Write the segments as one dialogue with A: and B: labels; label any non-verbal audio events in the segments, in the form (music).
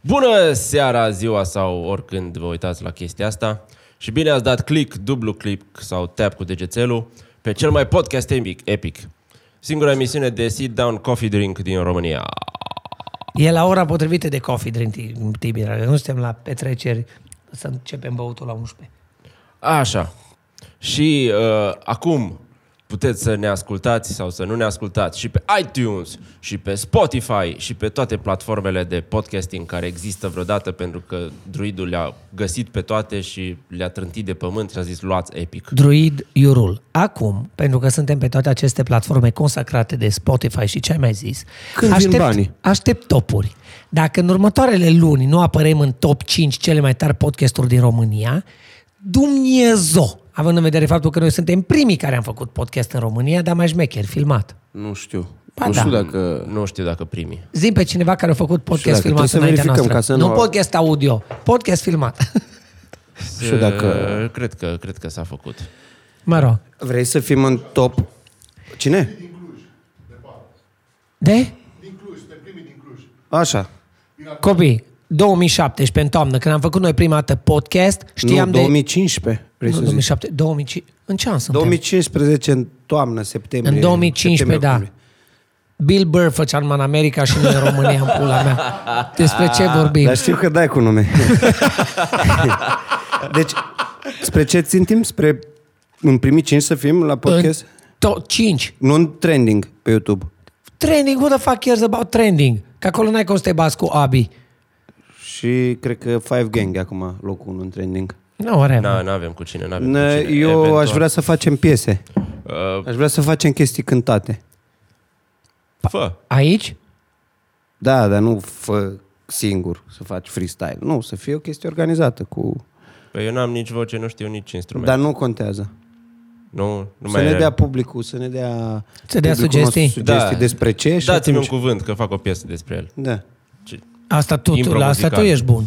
A: Bună seara, ziua sau oricând vă uitați la chestia asta și bine ați dat click, dublu click sau tap cu degețelul pe cel mai podcast epic, epic. Singura emisiune de sit-down coffee drink din România.
B: E la ora potrivită de coffee drink, Tibir. Nu suntem la petreceri să începem băutul la 11.
A: Așa. Și uh, acum puteți să ne ascultați sau să nu ne ascultați și pe iTunes și pe Spotify și pe toate platformele de podcasting care există vreodată pentru că druidul le-a găsit pe toate și le-a trântit de pământ și a zis luați epic.
B: Druid Iurul. Acum, pentru că suntem pe toate aceste platforme consacrate de Spotify și ce ai mai zis,
C: Când vin banii?
B: aștept topuri. Dacă în următoarele luni nu apărem în top 5 cele mai tari podcasturi din România, Dumnezeu! Având în vedere faptul că noi suntem primii care am făcut podcast în România, dar mai șmecher, filmat.
C: Nu știu.
B: Ba
C: nu
B: da.
C: știu dacă...
A: Nu știu dacă primii.
B: Zim pe cineva care a făcut podcast
C: dacă
B: filmat
C: trebuie să
B: înaintea
C: verificăm
B: noastră.
C: ca să
B: nu
C: nu-
B: podcast audio, podcast filmat.
A: Nu
C: știu dacă-
A: Cred că, cred că s-a făcut.
B: mă rog.
C: Vrei să fim în top... Cine?
B: De?
C: Așa.
B: Copii, 2017, în toamnă, când am făcut noi prima dată podcast, știam
C: nu,
B: de...
C: 2015, vrei
B: nu,
C: să zici.
B: 2007, 2005, în ce an suntem?
C: 2015 în toamnă, septembrie.
B: în 2015, da.
C: septembrie,
B: Bill Burr făcea numai în America și noi în România, în pula mea. Despre ce
C: Ah,
B: vorbim?
C: Dar știu că dai cu nume. (laughs) deci, spre ce țintim? Spre în primii 5 să fim la podcast?
B: În to- 5.
C: Nu în trending pe YouTube.
B: Trending, who the fuck cares about trending? Că acolo n-ai cum să te bați cu Abi.
C: Și cred că Five Gang e acum locul 1 în trending.
B: Nu, no,
A: Na, Da, n-avem cu cine, n-avem
C: Ne-
A: cu cine.
C: Eu
A: Eventual.
C: aș vrea să facem piese.
A: Uh,
C: Aș vrea să facem chestii cântate.
A: fă.
B: Aici?
C: Da, dar nu fă singur să faci freestyle. Nu, să fie o chestie organizată cu...
A: Păi eu n-am nici voce, nu știu nici instrument.
C: Dar nu contează.
A: Nu, nu
C: Să
A: mai
C: ne
A: e- Da.
C: dea publicul, să ne dea...
B: Să dea
C: publicul nostru
B: sugestii.
C: sugestii despre ce și
A: Dați-mi un
C: atunci-
A: cuvânt că fac o piesă despre el.
C: Da.
A: Ce-
B: Asta tu, tu
A: Impro
B: la asta tu
A: muzical.
B: ești bun.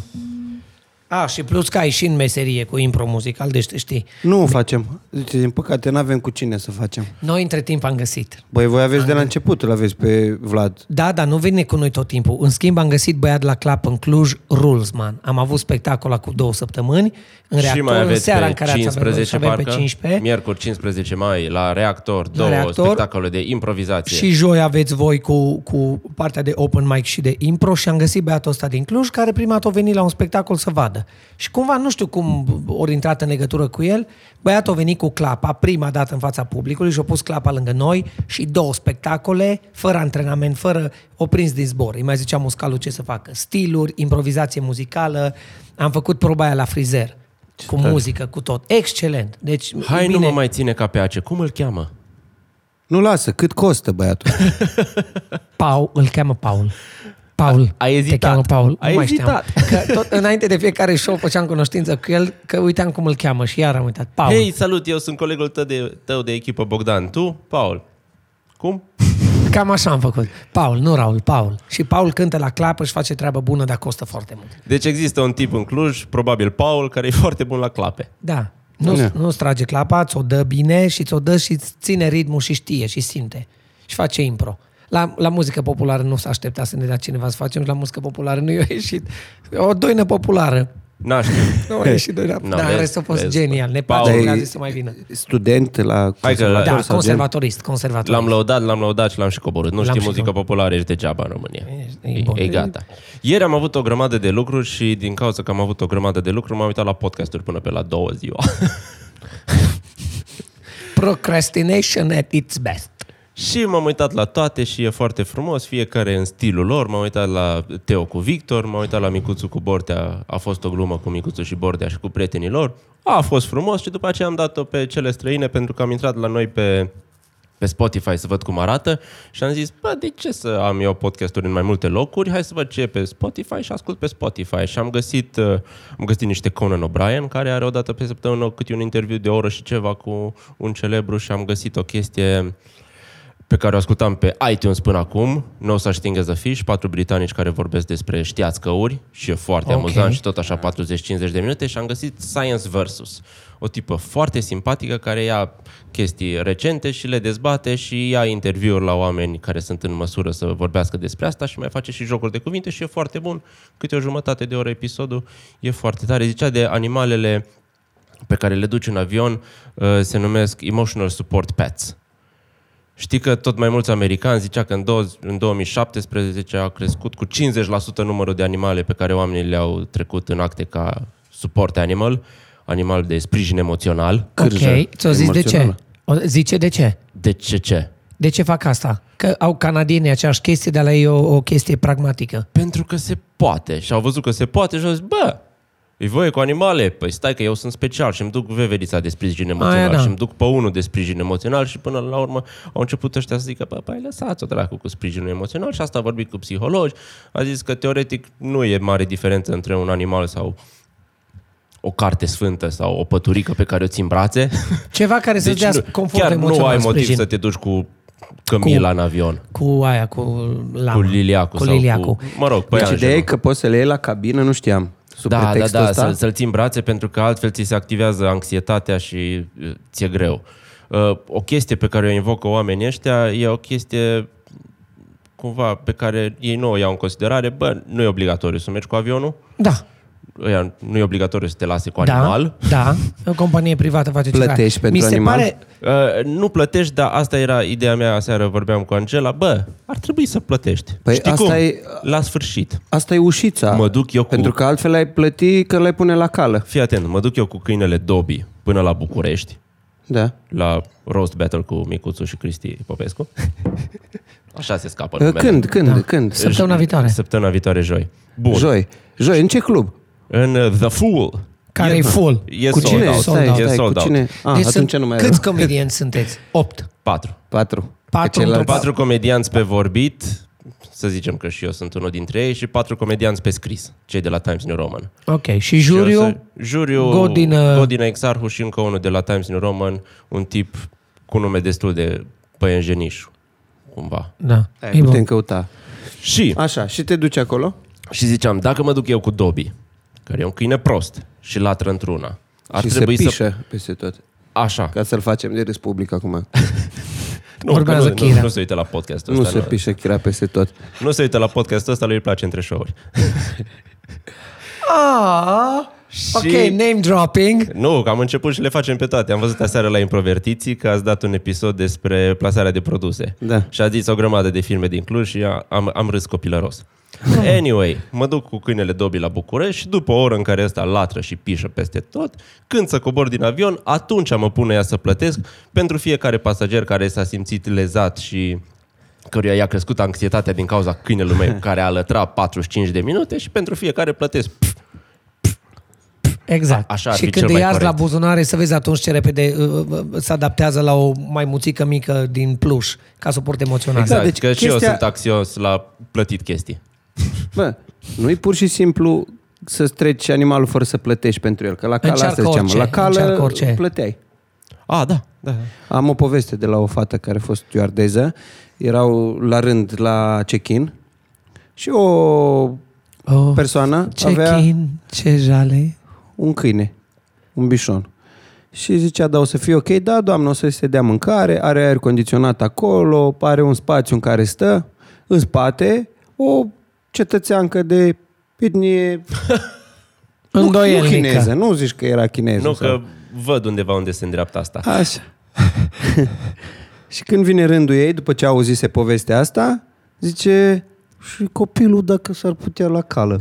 B: A, și plus că ai și în meserie cu impro muzical, deci te știi.
C: Nu o facem. Zice, din păcate, nu avem cu cine să facem.
B: Noi între timp am găsit.
C: Băi, voi aveți de la început, îl aveți pe Vlad.
B: Da, dar nu vine cu noi tot timpul. În schimb, am găsit băiat la clap în Cluj, Rulsman. Am avut spectacol acum două săptămâni. În
A: și
B: reactor,
A: mai
B: în
A: aveți
B: seara
A: pe
B: în care
A: 15,
B: ați avea, avem
A: parcă,
B: pe 15.
A: miercuri 15 mai, la Reactor, două
B: Reactor.
A: spectacole de improvizație.
B: Și joi aveți voi cu, cu partea de open mic și de impro și am găsit băiatul ăsta din Cluj care prima dată a venit la un spectacol să vadă. Și cumva, nu știu cum ori intrat în legătură cu el, băiatul a venit cu clapa prima dată în fața publicului și a pus clapa lângă noi și două spectacole, fără antrenament, fără o prins din zbor. Îi mai ziceam muscalul ce să facă. Stiluri, improvizație muzicală, am făcut proba aia la frizer. Cu muzică, cu tot. Excelent. Deci,
A: Hai
B: bine.
A: nu mă mai ține ca pe ace. Cum îl cheamă?
C: Nu lasă, cât costă
A: (laughs)
C: băiatul?
B: Paul, îl cheamă Paul. Paul.
A: A- a ezitat.
B: Te cheamă Paul.
A: A
B: nu mai
A: ezitat.
B: Știam. Că tot înainte de fiecare show făceam cunoștință cu el, că uitam cum îl cheamă și iar am uitat. Paul.
A: Hei, salut, eu sunt colegul tău de, tău de echipă, Bogdan. Tu, Paul. Cum?
B: Cam așa am făcut. Paul, nu Raul, Paul. Și Paul cântă la clapă și face treabă bună, dar costă foarte mult.
A: Deci există un tip în Cluj, probabil Paul, care e (laughs) foarte bun la clape.
B: Da. Nu,
C: Da.
B: nu trage clapa, ți-o dă bine și ți-o dă și îți ține ritmul și știe și simte. Și face impro. La, la muzică populară nu s-a aștepta să ne dea cineva să facem și la muzică populară nu i-a ieșit. O doină populară.
A: N-aș ști.
B: Nu a ieșit doină.
A: Nu,
B: No, dar
A: vezi,
B: în rest a fost
A: vezi.
B: genial. Ne
A: Paul-
B: place că
C: Dar
B: a
C: e-
B: zis să mai vină.
C: Student la...
A: Hai că la-
B: Da,
C: conservator sau gen?
B: conservatorist, conservatorist.
A: L-am lăudat, l-am lăudat și l-am și coborât. Nu
B: L-am
A: știi
B: și
A: muzică populară, ești degeaba în România.
B: Ești- e
A: E,
B: bun.
A: e gata. Ieri am avut o grămadă de lucruri și din cauza că am avut o grămadă de lucruri, m-am uitat la podcasturi până pe la două ziua.
B: Procrastination at its best.
A: și m-am uitat la toate și e foarte frumos, fiecare în stilul lor. M-am uitat la Teo cu Victor, m-am uitat la Micuțu cu Bordea. A fost o glumă cu Micuțu și Bordea și cu prietenii lor. A fost frumos și după aceea am dat-o pe cele străine pentru că am intrat la noi pe pe Spotify să văd cum arată și am zis, bă, de ce să am eu podcasturi în mai multe locuri? Hai să văd ce e pe Spotify și ascult pe Spotify. Și am găsit, uh, am găsit niște Conan O'Brien, care are o dată pe săptămână câte un interviu de o oră și ceva cu un celebru și am găsit o chestie pe care o ascultam pe iTunes până acum, No Such Thing As A Fish, patru britanici care vorbesc despre știați căuri și e foarte
B: Ok.
A: okay. amuzant și tot așa 40-50 de minute și am găsit Science Versus, o tipă foarte simpatică care ia chestii recente și le dezbate și ia interviuri la oameni care sunt în măsură să vorbească despre asta și mai face și jocuri de cuvinte și e foarte bun, câte o jumătate de oră episodul, e foarte tare. Zicea de animalele pe care le duci în avion uh, se numesc Emotional Support Pets. Știi că tot mai mulți americani zicea că în, dou- în 2017 a crescut cu 50% numărul de animale pe care oamenii le-au trecut în acte ca support animal, animal de sprijin emoțional.
B: Ok, ți-o zis de ce?
C: emoțională.
B: O, zice de ce.
A: De ce ce?
B: De ce fac asta? Că au canadienii aceeași chestie, dar la ei e o, o chestie pragmatică.
A: Pentru că se poate. Și au văzut că se poate și au zis, bă, e voie cu animale? Păi stai că eu sunt special și îmi duc veverița de sprijin emoțional
B: da.
A: și îmi duc pe unul de sprijin emoțional și până la urmă au început ăștia să zică, bă, păi lăsați-o dracu cu sprijinul emoțional și asta a vorbit cu psihologi, a zis că teoretic nu e mare diferență între un animal sau o carte sfântă sau o păturică pe care o ții în brațe.
B: Ceva care să-ți dea
A: Deci nu,
B: confort
A: chiar
B: emoțional,
A: nu ai motiv
B: sprijin.
A: să te duci cu Cămila în avion.
B: Cu aia, cu lama.
A: Cu liliacul.
B: Cu
A: sau
B: liliacul.
A: Cu, mă rog, pe
C: Deci
A: Angelo.
C: ideea e că poți să le iei la cabină, nu știam. Sub
A: da, da,
C: pretextul
A: da,
C: ăsta?
A: să-l, să-l ții în brațe pentru că altfel ți se activează anxietatea și uh, ți-e greu. Uh, O chestie pe care o invocă oamenii ăștia e o chestie cumva pe care ei nu o iau în considerare. Bă, nu e obligatoriu să mergi cu avionul,
B: Da.
A: Ăia nu e obligatoriu să te lase cu
B: da,
A: animal.
B: Da, o companie privată face ce
C: Plătești
B: vrea.
C: pentru
B: Mi se
C: animal?
B: Pare,
A: Uh, Nu plătești, dar asta era ideea mea aseară, vorbeam cu Angela. Bă, ar trebui să plătești.
C: Păi
A: Știi
C: asta
A: cum?
C: e-
A: La sfârșit.
C: Asta e ușița.
A: Mă duc eu cu-
C: Pentru că altfel ai plăti că l-ai pune la cală.
A: Fii atent, mă duc eu cu câinele Dobby până la București.
C: Da.
A: la roast battle cu Micuțu și Cristi
C: (laughs)
A: Popescu. Așa se scapă
C: Când,
A: numele.
C: când, când? Da. când?
B: săptămâna viitoare,
A: Săptămâna viitoare, joi. Bun.
C: Joi. Joi, în ce club?
A: În uh, The Fool.
B: care e full.
A: E
C: Cu
A: sold
C: cine?
A: out.
B: Sold
C: Stai,
B: out.
A: E
C: stai,
A: sold
C: cu
A: out.
C: cine? Ah, deci atunci
B: sunt-
C: nu mai
B: Câți
C: era.
B: comedienți sunteți? Opt.
A: Patru.
C: Patru.
B: Patru
C: Că ceilalți-
B: într-o-
A: Patru comedianți pe vorbit, să zicem că și eu sunt unul dintre ei, și patru comedianți pe scris, cei de la Times New Roman.
B: Ok, și
A: Și o
B: juriu?
A: să- Juriu,
B: Godină-
A: Godină...
C: uh,
A: Godină Exarhu și încă unul de la Times New Roman, un tip cu nume destul de păienjeniș, cumva.
B: Da.
C: Hai,
B: E bun.
C: Putem căuta.
A: Și
C: Așa, și te duci acolo?
A: Și ziceam, dacă mă duc eu cu Dobby, care e un câine prost și latră într-una, ar
C: și
A: trebui
C: se
A: să...
C: pișă peste tot.
A: Așa.
C: Ca să-l facem de Republic acum.
A: Nu,
B: Urmează
A: că nu,
B: Chira.
A: nu, nu se uită la podcastul
C: nu
A: ăsta.
C: se pișă chira peste tot.
A: nu, nu se uită la podcastul ăsta, lui îi place între show-uri.
B: Ah, ok, name dropping.
A: Nu, că am început și le facem pe toate. Am văzut aseară la Improvertiții că ați dat un episod despre plasarea de produse.
C: Da.
A: Și a zis o grămadă de filme din Cluj și a- am, am râs copilăros. Anyway, mă duc cu câinele Dobby la București și după o oră în care ăsta latră și pișă peste tot, când să cobor din avion, atunci mă pune ea să plătesc pentru fiecare pasager care s-a simțit lezat și căruia i-a crescut anxietatea din cauza câinelui
C: (laughs)
A: meu care a lătrat 45 de minute și pentru fiecare plătesc.
C: Da,
A: Pf,
B: Exact.
A: A- așa ar
B: și
A: fi
B: când
A: cel
B: îi
A: mai
B: arzi la
A: corect.
B: buzunare, să vezi atunci ce repede uh, uh, se adaptează la o maimuțică mică din pluș, ca suport emoțional.
A: Exact,
C: deci
A: deci că și eu
C: chestia-
A: sunt axios la plătit chestii.
C: Bă, nu-i pur și simplu să-ți treci animalul fără să plătești pentru el. Că la cală,
B: Încearcă
C: asta ziceam,
B: orice,
C: la cală
B: încearcă orice.
C: plăteai.
A: A, da, da.
C: Am o poveste de la o fată care a fost stewardeză. Erau la rând la check-in și o
B: Oh,
C: persoană
B: ce
C: avea
B: chin, ce jale.
C: un câine, un bișon. Și zicea, da, o să fie ok, da, doamnă, o să se dea mâncare, are aer condiționat acolo, are un spațiu în care stă, în spate, o cetățeancă de etnie... nu- Nu chineză,
B: (laughs) Îndoielnică.
C: nu zici că era chineză.
A: Nu,
C: sau-
A: că văd undeva unde se îndreaptă asta.
C: Așa. (laughs) și când vine rândul ei, după ce auzise povestea asta, zice, și copilul dacă s-ar putea la
A: (laughs)
C: cală.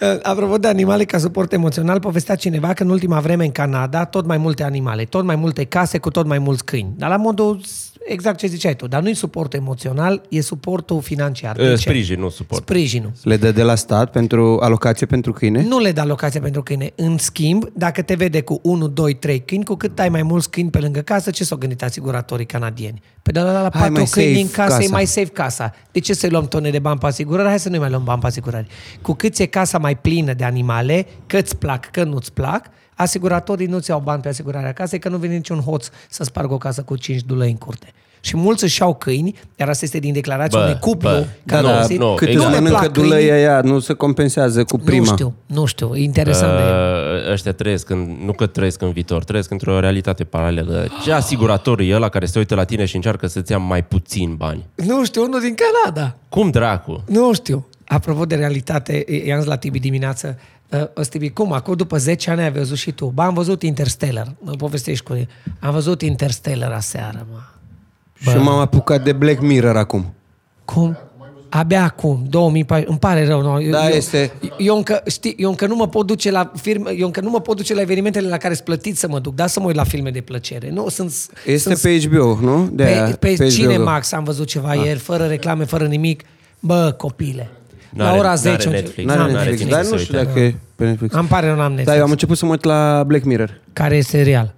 B: Uh, Apropo de animale ca suport emoțional, povestea cineva că în ultima vreme în Canada tot mai multe animale, tot mai multe case cu tot mai mulți câini. Dar la modul s- exact ce ziceai tu, dar nu-i suport emoțional, e suportul financiar. De
A: Uh,
B: ce?
A: Sprijin, nu suport.
B: Sprijinul.
C: Le dă de la stat pentru alocație pentru câine?
B: Nu le da locația pentru câine. În schimb, dacă te vede cu 1, 2, 3 câini, cu cât ai mai mulți câini pe lângă casă, ce s-au gândit asiguratorii canadieni? Pe de la, la
C: Hai,
B: patru
C: mai
B: câini
C: safe
B: în casă e
C: casa.
B: mai safe casa. De ce să-i luăm tone de bani pe asigurare? Hai să nu mai luăm bani pe asigurare. Cu cât e casa mai plină de animale, că îți plac, că nu-ți plac, asiguratorii nu-ți iau bani pe asigurarea casei, că nu vine niciun hoț să spargă o casă cu 5 dulei în curte. Și mulți își iau câini, iar asta este din declarația
A: Bă,
B: unui cuplu
A: bă,
B: care
A: nu,
B: a
A: da,
B: găsit.
A: nu,
C: cât
A: exact.
B: le
A: Nu
C: îți mănâncă
B: plac câinii,
C: dulei aia, nu se compensează cu prima.
B: Nu știu, nu știu, e interesant de el.
A: Uh, ăștia trăiesc, în, nu că trăiesc în viitor, trăiesc într-o realitate paralelă. Ce asigurator e ăla care se uită la tine și încearcă să-ți ia mai puțin bani?
B: Nu știu, unul din Canada.
A: Cum dracu?
B: Nu știu. Apropo de realitate, i- i-am zis la Tibi dimineață, uh, ăsta Tibi, cum? Acum după 10 ani ai văzut și tu. Ba, am văzut Interstellar. Mă povestești cu el. Am văzut Interstellar aseară, mă.
C: Și m-am apucat de Black Mirror acum.
B: Cum? Abia acum, 2014, îmi pare rău. Nu, eu,
C: Da,
B: eu,
C: este.
B: Eu încă, știi, eu încă nu mă pot duce la firme, eu încă nu mă pot duce la evenimentele la care sunt plătit să mă duc, dar să mă uit la filme de plăcere. Nu, sunt,
C: Este
B: sunt
C: pe HBO, nu? De aia,
B: pe, pe, pe
C: HBO.
B: Cinemax am văzut ceva
C: Ah.
B: ieri, fără reclame, fără nimic. Bă, copile, la
A: N-are-
B: ora
A: n-are
B: 10...
A: Netflix.
C: N-are
A: N-am
C: Netflix,
A: timp
C: dar
A: să
C: nu
A: se
C: știu
A: uite.
C: dacă e pe Netflix.
B: Am pare, eu n-am Netflix.
C: Da, eu am început să mă uit la Black Mirror.
B: Care e serial?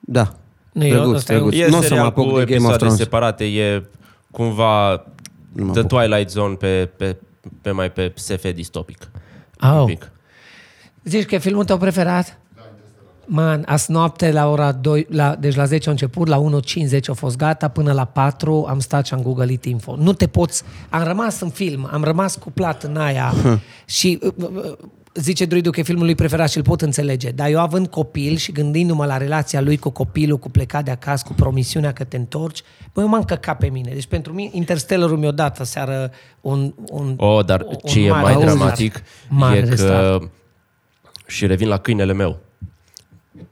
C: Da.
B: Nu, eu-
C: Drăguț,
B: ăsta e un-
C: drăguț.
A: E
C: Nu o să mă
A: serial
C: apuc
A: cu
C: de Game of
A: episoade
C: Thrones.
A: separate, e cumva
C: Nu mă
A: The
C: apuc.
A: Twilight Zone pe, pe, pe mai pe SF distopic.
B: Au.
A: Un pic.
B: Zici că e filmul tău preferat? Man, azi noapte la ora 2, la, deci la 10 a început, la 1.50 a fost gata, până la 4 am stat și am googlit info. Nu te poți... Am rămas în film, am rămas cuplat în aia și uh, uh, uh, zice druidul că e filmul lui preferat și îl pot înțelege, dar eu având copil și gândindu-mă la relația lui cu copilul, cu plecat de acasă, cu promisiunea că te întorci, băi, eu m-am căcat pe mine. Deci pentru mine Interstellarul mi-a dat aseară un... un
A: Oh, dar
B: un
A: ce e
B: mare
A: mai
B: restart.
A: dramatic
B: Mare
A: e că...
B: restart.
A: Și revin la câinele meu.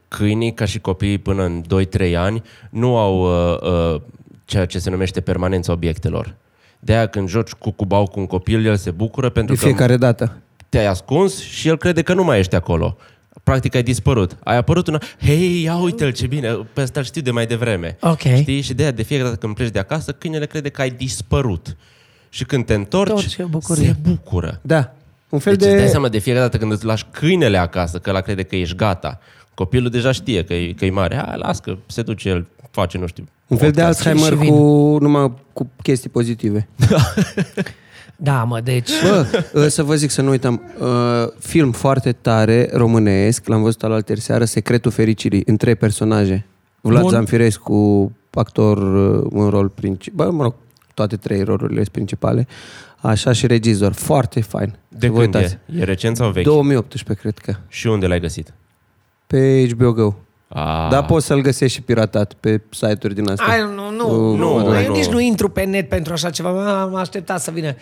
A: Câinii, ca și copiii până în 2-3 ani, nu au uh, uh, ceea ce se numește permanența obiectelor. De-aia când joci cu cubau cu un copil, el se bucură
C: De
A: pentru că
C: fiecare dată.
A: te-ai ascuns și el crede că nu mai ești acolo. Practic ai dispărut. Ai apărut una, hei, ia uite-l ce bine, pe ăsta îl știu de mai devreme.
B: Ok.
A: Știi? Și de aia de fiecare dată când pleci de acasă, câinele crede că ai dispărut. Și când te
B: Tot
A: întorci,
B: ce bucurie.
A: se bucură.
C: Da. Un fel
A: Deci de... îți dai
C: de...
A: seama de fiecare dată când îți lași câinele acasă, că la crede că ești gata. Copilul deja știe că e, că e mare. Hai, las că se duce, el face, nu știu.
C: Un fel de
A: podcast.
C: Alzheimer
B: Și vin.
C: cu numai cu chestii pozitive.
B: Da, mă, deci...
C: Bă, (laughs) uh, să vă zic să nu uităm. Uh, Film foarte tare românesc, l-am văzut alaltă seară, Secretul fericirii, în trei personaje. Vlad
B: Bun.
C: Zamfirescu, actor uh, în rol principal, mă rog, toate trei rolurile sunt principale, așa și regizor. Foarte fain.
A: De
C: Să vă
A: când
C: uitați.
A: e? E recent sau vechi?
C: 2018, cred că.
A: Și unde l-ai găsit?
C: Pe HBO Go.
A: A,
C: Dar poți să-l găsești și piratat pe site-uri din astea.
B: Ai, nu, nu, nu,
C: Uh,
A: nu,
B: nu, eu
A: nu.
B: nici nu intru pe net pentru așa ceva. M-am așteptat să vină.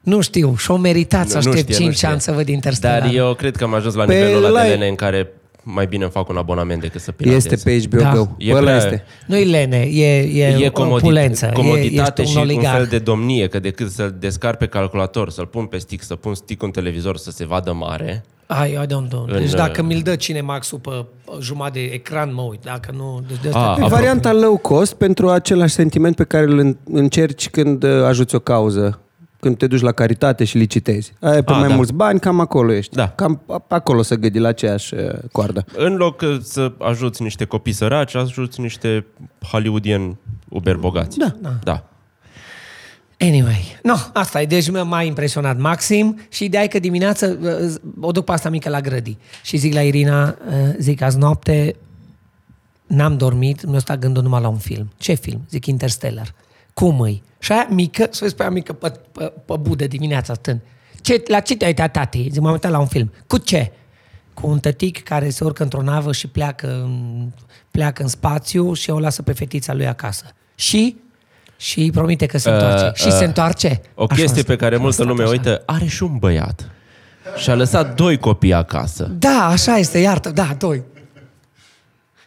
B: Nu știu, și-o meritat să
A: Nu- nu
B: aștept
A: știe, nu
B: 5
A: știe.
B: ani să văd Interstellar.
A: Dar eu cred că am ajuns la
C: Pe
A: nivelul ăla de
C: Păi la-
A: lene în care mai bine îmi fac un abonament decât să piratez.
C: Este pe HBO
B: Da.
C: Go.
A: E
C: Bă, ăla
A: prea-
C: este.
B: Nu-i lene, e, e,
A: E
B: e
A: comodit-
B: opulență.
A: comoditate
B: e, ești
A: și un
B: un oligarh.
A: fel de domnie, că decât să-l descar pe calculator, să-l pun pe stick, să pun stick în televizor să se vadă mare,
B: Ai, I don't know. Deci
A: În, uh,
B: dacă mi-l dă Cinemax-ul pe jumătate de ecran, mă uit. Dacă nu, deci de
A: A,
B: asta...
C: E
A: Apropo.
C: varianta low cost pentru același sentiment pe care îl în- încerci când uh, ajuți o cauză. Când te duci la caritate și licitezi. Ai pe
A: Ah,
C: mai
A: da.
C: mulți bani, cam acolo ești.
A: Da.
C: Cam a- acolo să gâdi la aceeași uh, coardă.
A: în loc uh, să ajuți niște copii săraci, ajuți niște hollywoodieni uber bogați. Da. da. da.
B: Anyway, no, asta e, deci m-a mai impresionat maxim și ideea e că dimineață uh, o duc pe asta mică la grădii și zic la Irina, uh, zic azi noapte n-am dormit, mi-a stat gândul numai la un film. Ce film? Zic Interstellar. Cum îi? Și aia mică, să vezi pe aia mică pe, pe, pe budă dimineața stând. Ce, la ce te-ai uitat, tati? Zic, m-am uitat la un film. Cu ce? Cu un tătic care se urcă într-o navă și pleacă în, pleacă în spațiu și o lasă pe fetița lui acasă. Și? Și îi promite că se
A: Uh,
B: întoarce. Uh, și
A: uh,
B: se întoarce.
A: O
B: Așa
A: chestie
B: asta.
A: pe care
B: Așa
A: multă
B: asta,
A: lume
B: așa.
A: uită, are și un băiat. Și-a lăsat doi copii acasă.
B: Da, așa este, iartă, da, doi.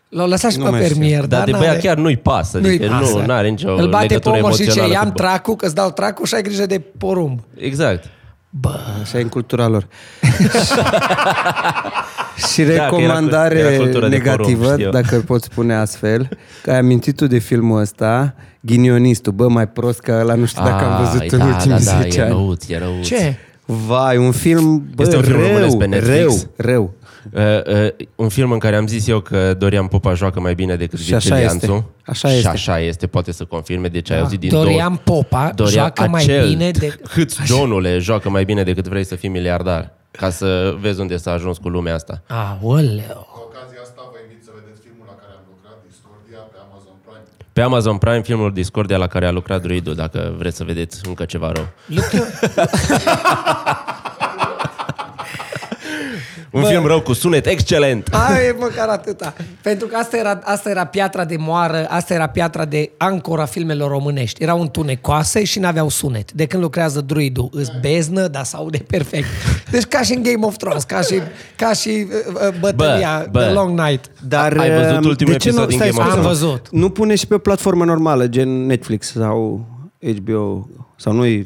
B: L-au lăsat și
C: Nu
B: pe
C: mai știu.
B: fermier.
A: Dar de
B: n-are-
A: băiat chiar nu-i pasă.
B: Nu-i
A: adică
B: pasă.
A: Nu are nicio
B: Îl bate pe
A: legătură
B: omul și zice,
A: emoțională
B: ia-mi
A: cu bă-
B: tracu, că îți dau tracu și ai grijă de porumb.
A: Exact.
B: Bă,
C: Așa e în cultura
A: (laughs)
C: lor. și
A: Da, era cu-
C: recomandare
A: era cultură de
C: negativă,
A: porumb, știu.
C: dacă îl pot spune astfel, că ai amintit tu de filmul ăsta, Ghinionistul. Bă, mai prost că ăla nu știu dacă am văzut
A: Ai,
C: în ultimii
A: Ah, da,
C: 10
A: da, e
C: ani.
A: răuț, e răuț.
B: ce?
C: Vai, un film, bă,
A: Este un film
C: rău,
A: românesc pe Netflix?
C: rău, rău.
A: Uh, uh, un film în care am zis eu că Dorian Popa joacă mai bine decât
C: Și așa este.
A: Vicelianțu.
C: Așa
A: și
C: este.
A: așa este, poate să confirme, deci ai auzit din
B: Da. Dorian
A: două...
B: Popa joacă mai
A: acel
B: bine de-
A: Cât Johnule joacă mai bine decât vrei să fii miliardar, ca să vezi unde s-a ajuns cu lumea asta.
B: Aoleu.
A: Pe Amazon Prime, filmul Discordia la care a lucrat Druidu, dacă vreți să vedeți încă ceva rău.
B: Lucru...
A: (laughs) Un Bă. film rău cu sunet excelent.
B: Ai, măcar atâta. Pentru că asta era, asta era piatra de moară, asta era piatra de ancora filmelor românești. Erau întunecoase și n-aveau sunet. De când lucrează druidul, îs beznă, dar s-aude perfect. Deci ca și în Game of Thrones, ca și, ca și uh, uh, bătălia
A: bă.
B: The Long Night.
C: Dar,
A: Ai văzut
C: um,
A: ultimul
C: de ce
A: episod din
C: nu, stai,
A: Game of
B: Am
A: Thrones?
B: văzut.
C: Nu pune și pe platformă normală, gen Netflix sau HBO, sau nu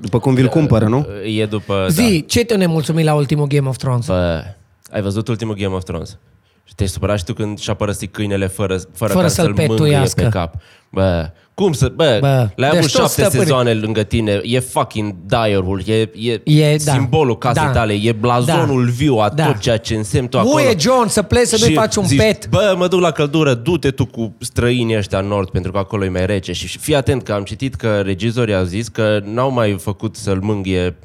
C: după cum
A: Da,
C: vi-l cumpără, nu?
A: E după...
B: Zi, ce te-a nemulțumit la ultimul Game of Thrones?
A: Da. Bă, ai văzut ultimul Game of Thrones? Și te-ai supărat și tu când și-a părăsit câinele fără, fără,
B: Fără
A: ca
B: să-l
A: să-l mângâie
B: petuiască.
A: pe cap. Bă, cum să... Bă,
B: Bă,
A: bă le-ai
B: deci
A: avut
B: toți
A: șapte
B: stăpâni.
A: sezoane lângă tine. E fucking direwolf. E, e,
B: E, da.
A: simbolul casei
B: Da.
A: tale. E blazonul
B: Da.
A: viu a
B: Da.
A: tot ceea ce însemni tu acolo.
B: Uie, John, să pleci să nu-i
A: Și
B: faci un
A: zici,
B: pet.
A: Bă, mă duc la căldură, du-te tu cu străinii ăștia în nord, pentru că acolo e mai rece. Și fii atent că am citit că regizorii au zis că n-au mai făcut să-l mânghie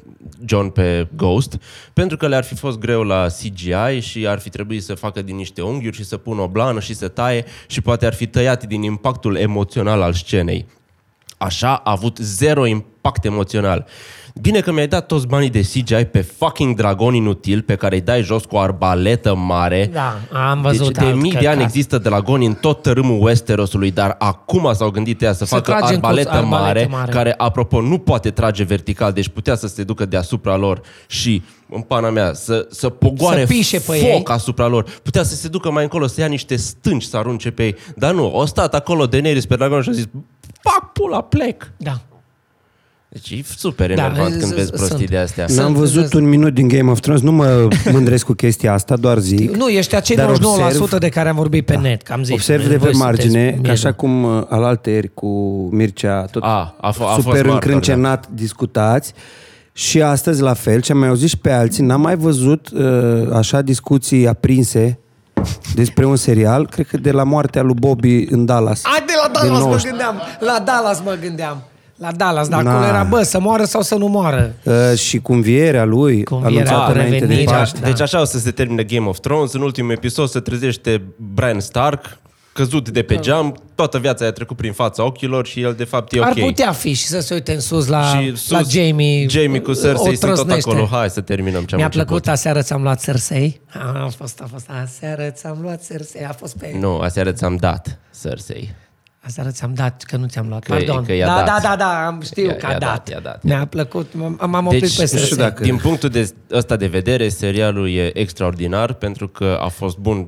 A: John pe Ghost, pentru că le-ar fi fost greu la CGI și ar fi trebuit să facă din niște unghiuri și să pună o blană și să taie și poate ar fi tăiat din impactul emoțional al scenei. Așa a avut zero impact emoțional. Bine că mi-ai dat toți banii de CGI pe fucking dragon inutil pe care îi dai jos cu o arbaletă mare.
B: Da, am văzut
A: Deci de
B: alt
A: mii de
B: căcat.
A: ani există dragoni în tot tărâmul Westerosului, dar acum s-au gândit ea să,
B: Să
A: facă
B: tragem cu
A: arbaletă
B: arbaletă
A: mare,
B: mare.
A: mare, care, apropo, nu poate trage vertical, deci putea să se ducă deasupra lor și, în pana mea, să, să pogoare
B: Să pișe pe
A: foc
B: ei.
A: asupra lor. Putea să se ducă mai încolo, să ia niște stânci, să arunce pe ei. Dar nu, o stat acolo de Neris pe dragon și a zis, fac pula, plec.
B: Da.
A: Deci e super
B: Da,
A: enervant
B: z-
A: când
B: z-
A: vezi prostii
B: sunt.
A: de astea.
B: Să
C: N-am
B: înțeles.
C: văzut un minut din Game of Thrones, nu mă mândresc cu chestia asta, doar zic.
B: Nu, ești acei 99%
C: Dar
B: de care am vorbit pe net, că am zis.
C: Observ
B: Noi
C: de pe
B: sunteți
C: margine,
B: mie,
C: că așa
B: nu?
C: cum uh, alaltăieri cu Mircea, tot
A: A, a f- a fost
C: super
A: martor, da.
C: încrâncenat discutați, și astăzi la fel, ce am mai auzit și pe alții, n-am mai văzut uh, așa discuții aprinse despre un serial, cred că de la moartea lui Bobby în Dallas.
B: Ai, de la
C: Din
B: Dallas mă
C: 90.
B: gândeam. La Dallas mă gândeam. La Dallas, dar
C: Na.
B: acolo era, bă, să moară sau să nu moară.
C: Uh, și convierea lui,
B: Convierea,
C: anunțată
B: da,
C: înainte de
B: revenirea.
C: Paște.
B: Da.
A: Deci așa o să se termine Game of Thrones. În ultimul episod se trezește Bran Stark, căzut de pe geam, toată viața i-a trecut prin fața ochilor și el de fapt e
B: Ar
A: ok.
B: putea fi și să se uite în sus la,
A: și
B: la Jamie.
A: Jamie cu Cersei
B: o
A: sunt tot
B: trăsnește.
A: acolo. Hai să terminăm ce am
B: Mi-a
A: început.
B: plăcut, aseară ți-am luat Cersei. A, a fost, a fost, aseară ți-am luat Cersei. A fost pe...
A: Nu, aseară ți-am dat Cersei.
B: Aseară ți-am dat, că nu ți-am luat.
A: Că-
B: Pardon.
A: că i-a
B: da,
A: dat.
B: da, da, da, am știu
A: I-a-
B: că a
A: i-a
B: dat.
A: dat, i-a dat. Deci,
B: Mi-a plăcut, m- am oprit pe
A: nu
B: Cersei.
A: știu dacă... din punctul de, ăsta de vedere, serialul e extraordinar pentru că a fost bun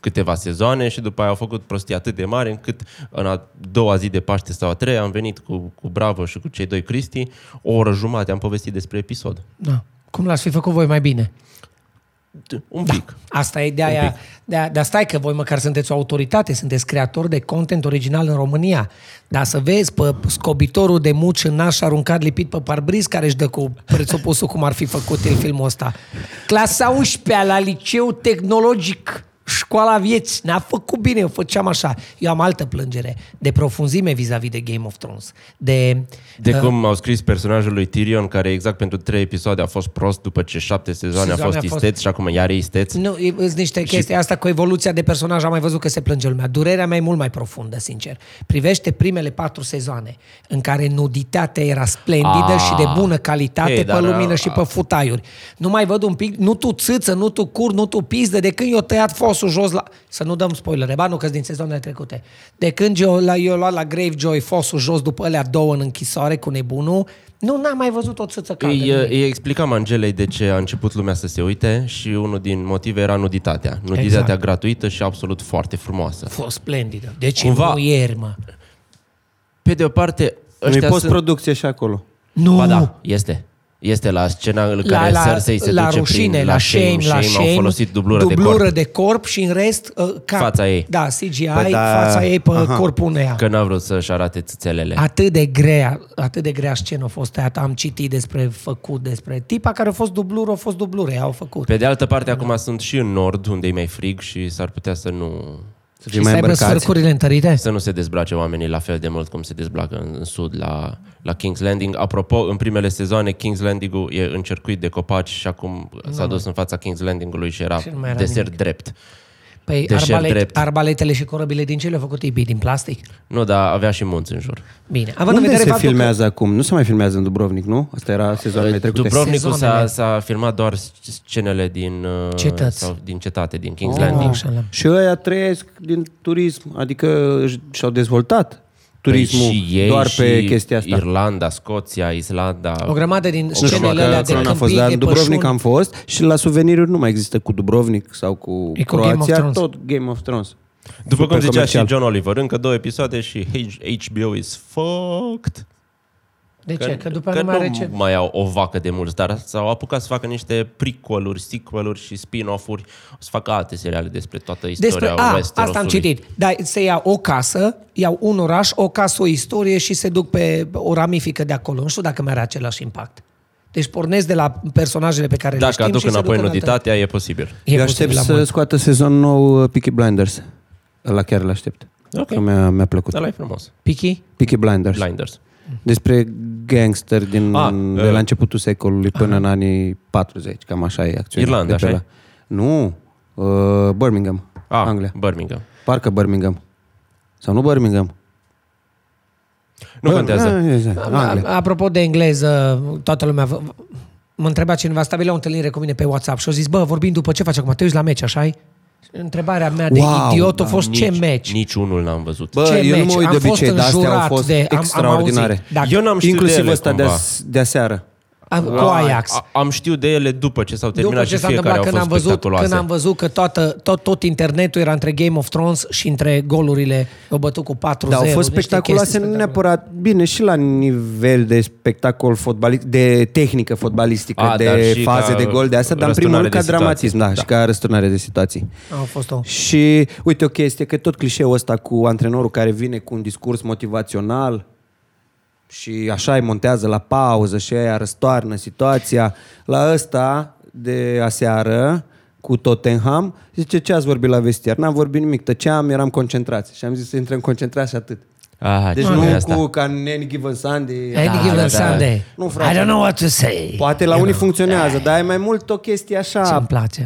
A: câteva sezoane și după aia au făcut prostii atât de mari încât în a doua zi de Paște sau a treia am venit cu, cu Bravo și cu cei doi Cristi, o oră jumate am povestit despre episod.
B: Da. Cum l-ați fi făcut voi mai bine?
A: Un pic.
B: Asta e de aia. De aia, dar stai că voi măcar sunteți o autoritate, sunteți creator de content original în România. Dar să vezi pe scobitorul de muci în naș aruncat lipit pe parbriz care își dă cu prețopusul cum ar fi făcut el filmul ăsta. Clasa 11 la liceu tehnologic. Școala vieții ne-a făcut bine, eu făceam așa. Eu am altă plângere de profunzime vis-a-vis de Game of Thrones. De,
A: De da. cum au scris personajul lui Tyrion, care exact pentru trei episoade a fost prost, după ce șapte sezoane a
B: Sezoane
A: fost
B: a fost-
A: isteț și acum iar e isteț.
B: Nu, e- sunt niște chestii. Asta cu evoluția de personaj, am mai văzut că se plânge lumea. Durerea mea e mult mai profundă, sincer. Privește primele patru sezoane, în care nuditatea era splendidă
A: Ah.
B: și de bună calitate
A: Ei,
B: pe
A: dar, uh,
B: lumină
A: a-
B: și pe futaiuri. Nu mai văd un pic, nu tu țâță, nu tu cur, nu tu pizdă, de când eu tăiat fosul jos la... Să nu dăm spoilere, ba nu, că din sezoanele trecute. De când eu, la, eu luat la Gravejoy fosul jos după alea două în închisoare cu nebunul, nu, n-am mai văzut o țâță caldă.
A: Îi, îi explicam Angelei de ce a început lumea să se uite și unul din motive era nuditatea. Nuditatea
B: Exact.
A: exact. gratuită și absolut foarte frumoasă.
B: fost splendidă. Deci Cumva...
A: Cumva-
B: nu ieri, mă.
A: Pe de o parte,
C: Nu-i
A: ăștia sunt...
C: post-producție și acolo.
B: Nu.
A: Ba da, este. Este la scena în care la, Cersei se
B: la
A: duce
B: rușine,
A: prin,
B: la shame, la shame,
A: au folosit dublură, de
B: dublură
A: corp.
B: de corp și în rest uh, cap.
A: Fața ei.
B: Da, CGI,
C: Păi da,
B: fața ei pe
C: aha.
B: corpul unea.
A: Că n-a vrut să-și arate țâțelele.
B: Atât de grea, atât de grea scenă a fost tăiată. Am citit despre făcut, despre tipa care a fost dublură, a fost dublure, au făcut.
A: Pe de altă parte, acum sunt și în nord, unde e mai frig și s-ar putea să nu...
C: Să
B: și să aibă sfârcurile întărite?
A: Să nu se dezbrace oamenii la fel de mult cum se dezbracă în, în sud la, la King's Landing. Apropo, în primele sezoane King's Landing-ul e încercuit de copaci și acum s-a dus în fața King's Landing-ului și era
B: Și nu mai era
A: desert drept.
B: Păi
A: Deșert drept.
B: arbalet, arbaletele și corăbile din ce le-au făcut ei din plastic?
A: Nu, dar avea și munți în jur.
B: Bine. Având în
C: Unde
B: vedere
C: se
B: faptul
C: filmează acum? Nu se mai filmează în Dubrovnik, nu? Asta era
A: Păi,
C: sezoanele trecute.
A: Dubrovnicul s-a,
B: Sezonele.
A: s-a filmat doar scenele din, uh,
B: Cetăți.
A: Sau din cetate, din King's
B: că...
A: Landing.
B: Așa, la-
C: Și ăia trăiesc din turism, adică își- și-au dezvoltat turismul
A: Păi și ei,
C: doar pe
A: și
C: chestia asta.
A: Irlanda, Scoția, Islanda.
B: O grămadă din
C: Nu știu
B: scenele alea
C: dacă
B: de
C: Corona
B: adică câmpii,
C: a fost, dar
B: de
C: în Dubrovnik
B: pășuni.
C: am fost și la suveniruri nu mai există cu Dubrovnik sau cu
B: E cu Game of
C: Croația,
B: Thrones.
C: tot Game of Thrones.
A: După
C: Super
A: cum zicea
C: comercial.
A: și John Oliver, încă două episoade și H- HBO is fucked.
B: De ce? Că după
A: că
B: aia nu mai are
A: nu
B: ce...
A: mai au o vacă de mulți, dar s-au apucat să facă niște prequel-uri, sequel-uri și spin-off-uri. O să facă alte seriale despre toată istoria
B: Despre, a, asta am
A: Westerosului.
B: citit. Da, se ia o casă, iau un oraș, o casă, o istorie și se duc pe o ramifică de acolo. Nu știu dacă mai are același impact. Deci pornesc de la personajele pe care le
A: Dacă
B: Deci știm
A: aduc
B: și se
A: înapoi
B: duc în altă-
A: nuditatea, e posibil.
B: E
C: Eu
B: posibil
C: aștept
B: la
C: să
B: mult.
C: scoată sezon nou uh, Peaky Blinders. La chiar îl aștept.
A: Ok.
C: Că mi-a, mi-a plăcut.
A: Dar e frumos.
B: Pichi?
C: Peaky Blinders.
A: Blinders.
C: Despre gangster din,
A: Ah,
C: ah, de
A: uh,
C: la începutul secolului până în anii 40, cam așa e acțiunea.
A: Irlanda,
C: de pe
A: așa e?
C: Nu, uh, Birmingham,
A: Ah,
C: ah. Anglia.
A: Birmingham.
C: Parcă Birmingham. Sau nu Birmingham?
A: Nu
C: Bă,
A: contează.
C: da, exact,
B: A,
C: Anglia.
B: apropo de engleză, toată lumea... v- Mă întreba cineva, stabilea o întâlnire cu mine pe WhatsApp și a zis, bă, vorbim după ce faci acum, te uiți la meci, așa -i? Întrebarea mea de
C: Wow,
B: idiot a
C: da,
B: fost ce meci?
A: Niciunul n-am văzut.
C: Bă,
B: ce
C: eu
B: meci?
C: nu mă uit de
B: Am fost
C: obicei, dar astea
B: înjurat
C: au fost
B: de- am- am
C: extraordinare.
B: auzit. Dacă-
A: Eu n-am știut de
C: Inclusiv
A: ele
C: ăsta de,
A: cumva.
C: de seară.
B: A, cu Ajax.
A: A- Am știut de ele după ce s-au terminat
B: După ce
A: și
B: s-a
A: fiecare
B: întâmplat,
A: au
B: când
A: fost
B: am văzut,
A: spectaculoase.
B: când am văzut că toată, tot, tot internetul era între Game of Thrones și între golurile, o bătut cu 4-0.
C: Dar au fost
B: niște
C: spectaculoase,
B: chestii
C: nu
B: spectaculoase.
C: neapărat. Bine, și la nivel de spectacol fotbalist, de tehnică fotbalistică,
A: A,
C: A,
A: Ah, dar
C: de
A: și
C: faze
A: ca
C: de gol, de asta, dar în primul
A: răsturnare
C: rând ca
A: de situații.
C: dramatism, da, da, și ca răsturnare de situații.
B: Au fost o...
C: Și uite o chestie, că tot clișeul ăsta cu antrenorul care vine cu un discurs motivațional și așa îi montează la pauză și aia răstoarnă situația. La ăsta de aseară cu Tottenham, zice ce ați vorbit la vestiar? N-am vorbit nimic, tăceam, eram concentrați și am zis să intrăm concentrați și atât.
A: Ah,
C: Deci
A: ce
C: nu
A: e
C: cu ca în Any Given Sunday.
B: Any given
A: da, da.
B: Sunday.
C: Nu, frate.
B: I don't know what to say.
C: Poate la unii
A: Da,
C: funcționează, dar e mai mult o chestie așa
B: Ce-mi place.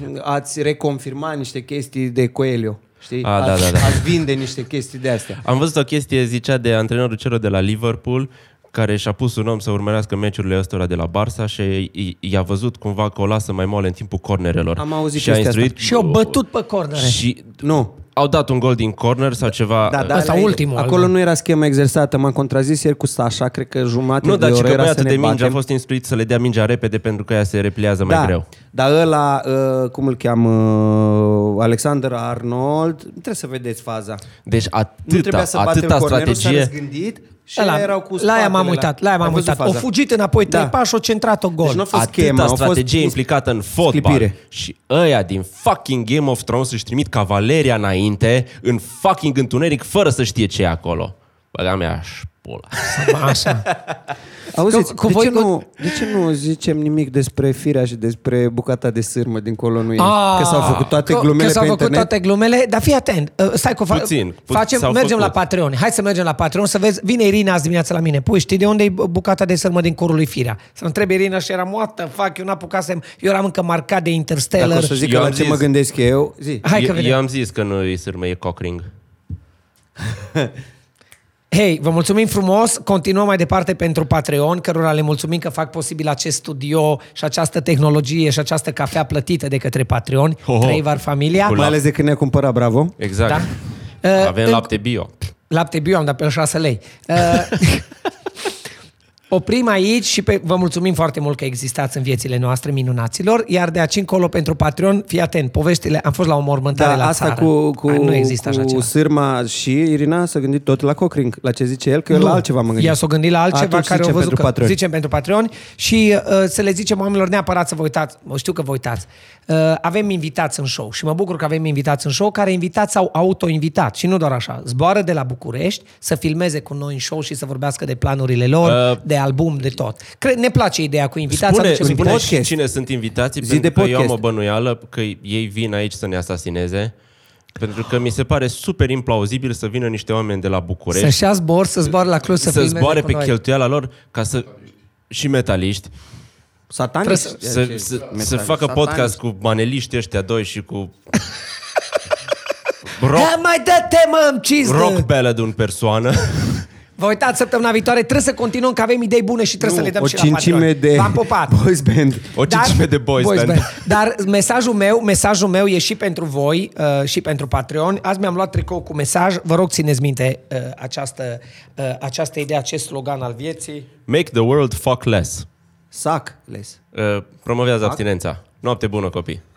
C: pentru a-ți reconfirma niște chestii de Coelho. Știi?
A: A, da,
C: Ați-
A: da, da.
C: Ați vinde niște chestii de astea.
A: Am văzut o chestie, zicea de antrenorul celor de la Liverpool, care și-a pus un om să urmărească meciurile ăstora de la Barça și i- i-a văzut cumva că o lasă mai moale în timpul cornerelor.
C: Am auzit
A: și a
C: chestia asta.
A: instruit
B: Și o bătut pe cornere.
A: și
C: Nu.
A: au dat un gol din corner sau ceva.
C: Da, da,
B: Ăsta
C: la-
B: ultimul,
C: Acolo
B: al-
C: nu era schema exersată, m-am contrazis ieri cu Sasha, cred că jumate
A: Nu,
C: de
A: dar și
C: oră
A: că
C: era să
A: băiatul
C: ne
A: de minge a
C: batem.
A: fost instruit să le dea mingea repede pentru că ea se repliază mai
C: da,
A: greu.
C: Dar ăla, uh, cum îl cheamă, uh, Alexander Arnold, trebuie să vedeți faza.
A: Deci
C: nu trebuia
A: atâta,
C: să batem
A: atâta
C: cornerul, s-a
A: strategie.
C: răzgândit și
B: Ăla-
C: ăla, erau cu
B: la aia m-am
C: spatele
B: uitat, la aia m-am
C: Am văzut
B: uitat. O
C: faza.
B: fugit înapoi trei
C: Da.
B: pași, o centrat, o gol.
C: Deci nu a fost
A: Atâta
C: schema, a fost
A: strategie
C: ins-
A: implicată în fotbal.
C: sclipire.
A: Și ăia din fucking Game of Thrones își trimit cavaleria înainte, în fucking întuneric, fără să știe ce e acolo. Băga mea și pula.
B: Așa.
C: Auziți,
B: Cu- cu
C: cu, de,
B: voi
C: ce
B: cu-
C: nu, de ce nu zicem nimic despre firea și despre bucata de sârmă din colonul ei?
B: Ah,
C: Că s-au făcut toate glumele
B: că s-au
C: pe
B: făcut
C: internet?
B: toate glumele, dar fii atent. Uh, stai cu fa-
A: Puțin, pu-
B: facem,
A: s-au
B: mergem
A: făcut.
B: la Patreon. Hai să mergem la Patreon să vezi. Vine Irina azi dimineața la mine. Pui, știi de unde e bucata de sărmă din corul lui Firea? Să întreb Irina și eram, what the fuck, eu n-apucasem. Eu eram încă marcat de
C: Dacă o
B: Interstellar.
C: să zic
A: Eu
C: la
A: am
C: ce
A: zis.
C: mă gândesc eu, zi.
B: Hai că
A: eu,
B: vedem.
A: eu am zis că nu e sârmă, e cockring.
B: Hei, vă mulțumim frumos, continuăm mai departe pentru Patreon, cărora le mulțumim că fac posibil acest studio și această tehnologie și această cafea plătită de către Patreon,
A: Ho, ho.
B: oh, Trăivar Familia.
A: Cool.
C: Mai ales de când ne-a cumpărat, bravo.
A: Exact.
B: Da.
A: Avem
B: Uh,
A: lapte bio.
B: Lapte bio am dat pe 6 lei.
C: (laughs)
B: Uh, Oprim aici și pe, vă mulțumim foarte mult că existați în viețile noastre, minunaților, iar de aici încolo pentru Patreon, fii atent, poveștile, am fost la o mormântare
C: Da,
B: la
C: asta
B: țară.
C: cu, cu,
B: A, nu există așa
C: cu
B: ceva.
C: sârma și Irina s-a gândit tot la Cochring, la ce zice el, că eu
B: Nu.
C: la altceva mă gândesc.
B: Ea s-a gândit la altceva
C: Atunci
B: care o
C: zicem
B: văzut
C: pentru
B: că
C: Patreon.
B: zicem pentru Patreon și uh, să le zicem oamenilor neapărat să vă uitați. Mă știu că vă uitați. Uh, avem invitați în show și mă bucur că avem invitați în show care invitați sau autoinvitat și nu doar așa. Zboară de la București să filmeze cu noi în show și să vorbească de planurile lor,
A: Uh,
B: de album, de tot. Cre- ne place ideea cu invitați.
A: Spune,
B: aducem
A: spune
B: invitați.
A: și cine sunt invitații,
C: Zi
A: pentru că eu
C: de
A: am o
C: podcast.
A: bănuială că ei vin aici să ne asasineze. Pentru că mi se pare super implauzibil să vină niște oameni de la București
B: Să-și ia zbor, să zboare la Cluj, să,
A: să
B: filmeze
A: zboare
B: cu
A: pe
B: noi.
A: cheltuiala lor ca să... și metaliști
C: Satanic?
B: Trebuie
A: Să, să, să facă podcast cu maneliști ăștia doi și cu... rock,
B: Ia mai dă-te, mă, în cizdă!
A: rock ballad în persoană. (laughs)
B: Vă uitați săptămâna viitoare, trebuie să continuăm, că avem idei bune și trebuie să le dăm
C: o
B: și la
C: cincime
B: Patreon.
C: de
B: V-am pupat!
C: boys band.
A: (laughs) O cincime de boys, boys band.
B: Dar mesajul meu, mesajul meu e și pentru voi uh, și pentru Patreon. Azi mi-am luat tricou cu mesaj. Vă rog, țineți minte uh, această, uh, această idee, acest slogan al vieții.
A: Make the world fuck less.
C: Sac les.
A: Uh, promovează abstinența. Noapte bună, copii.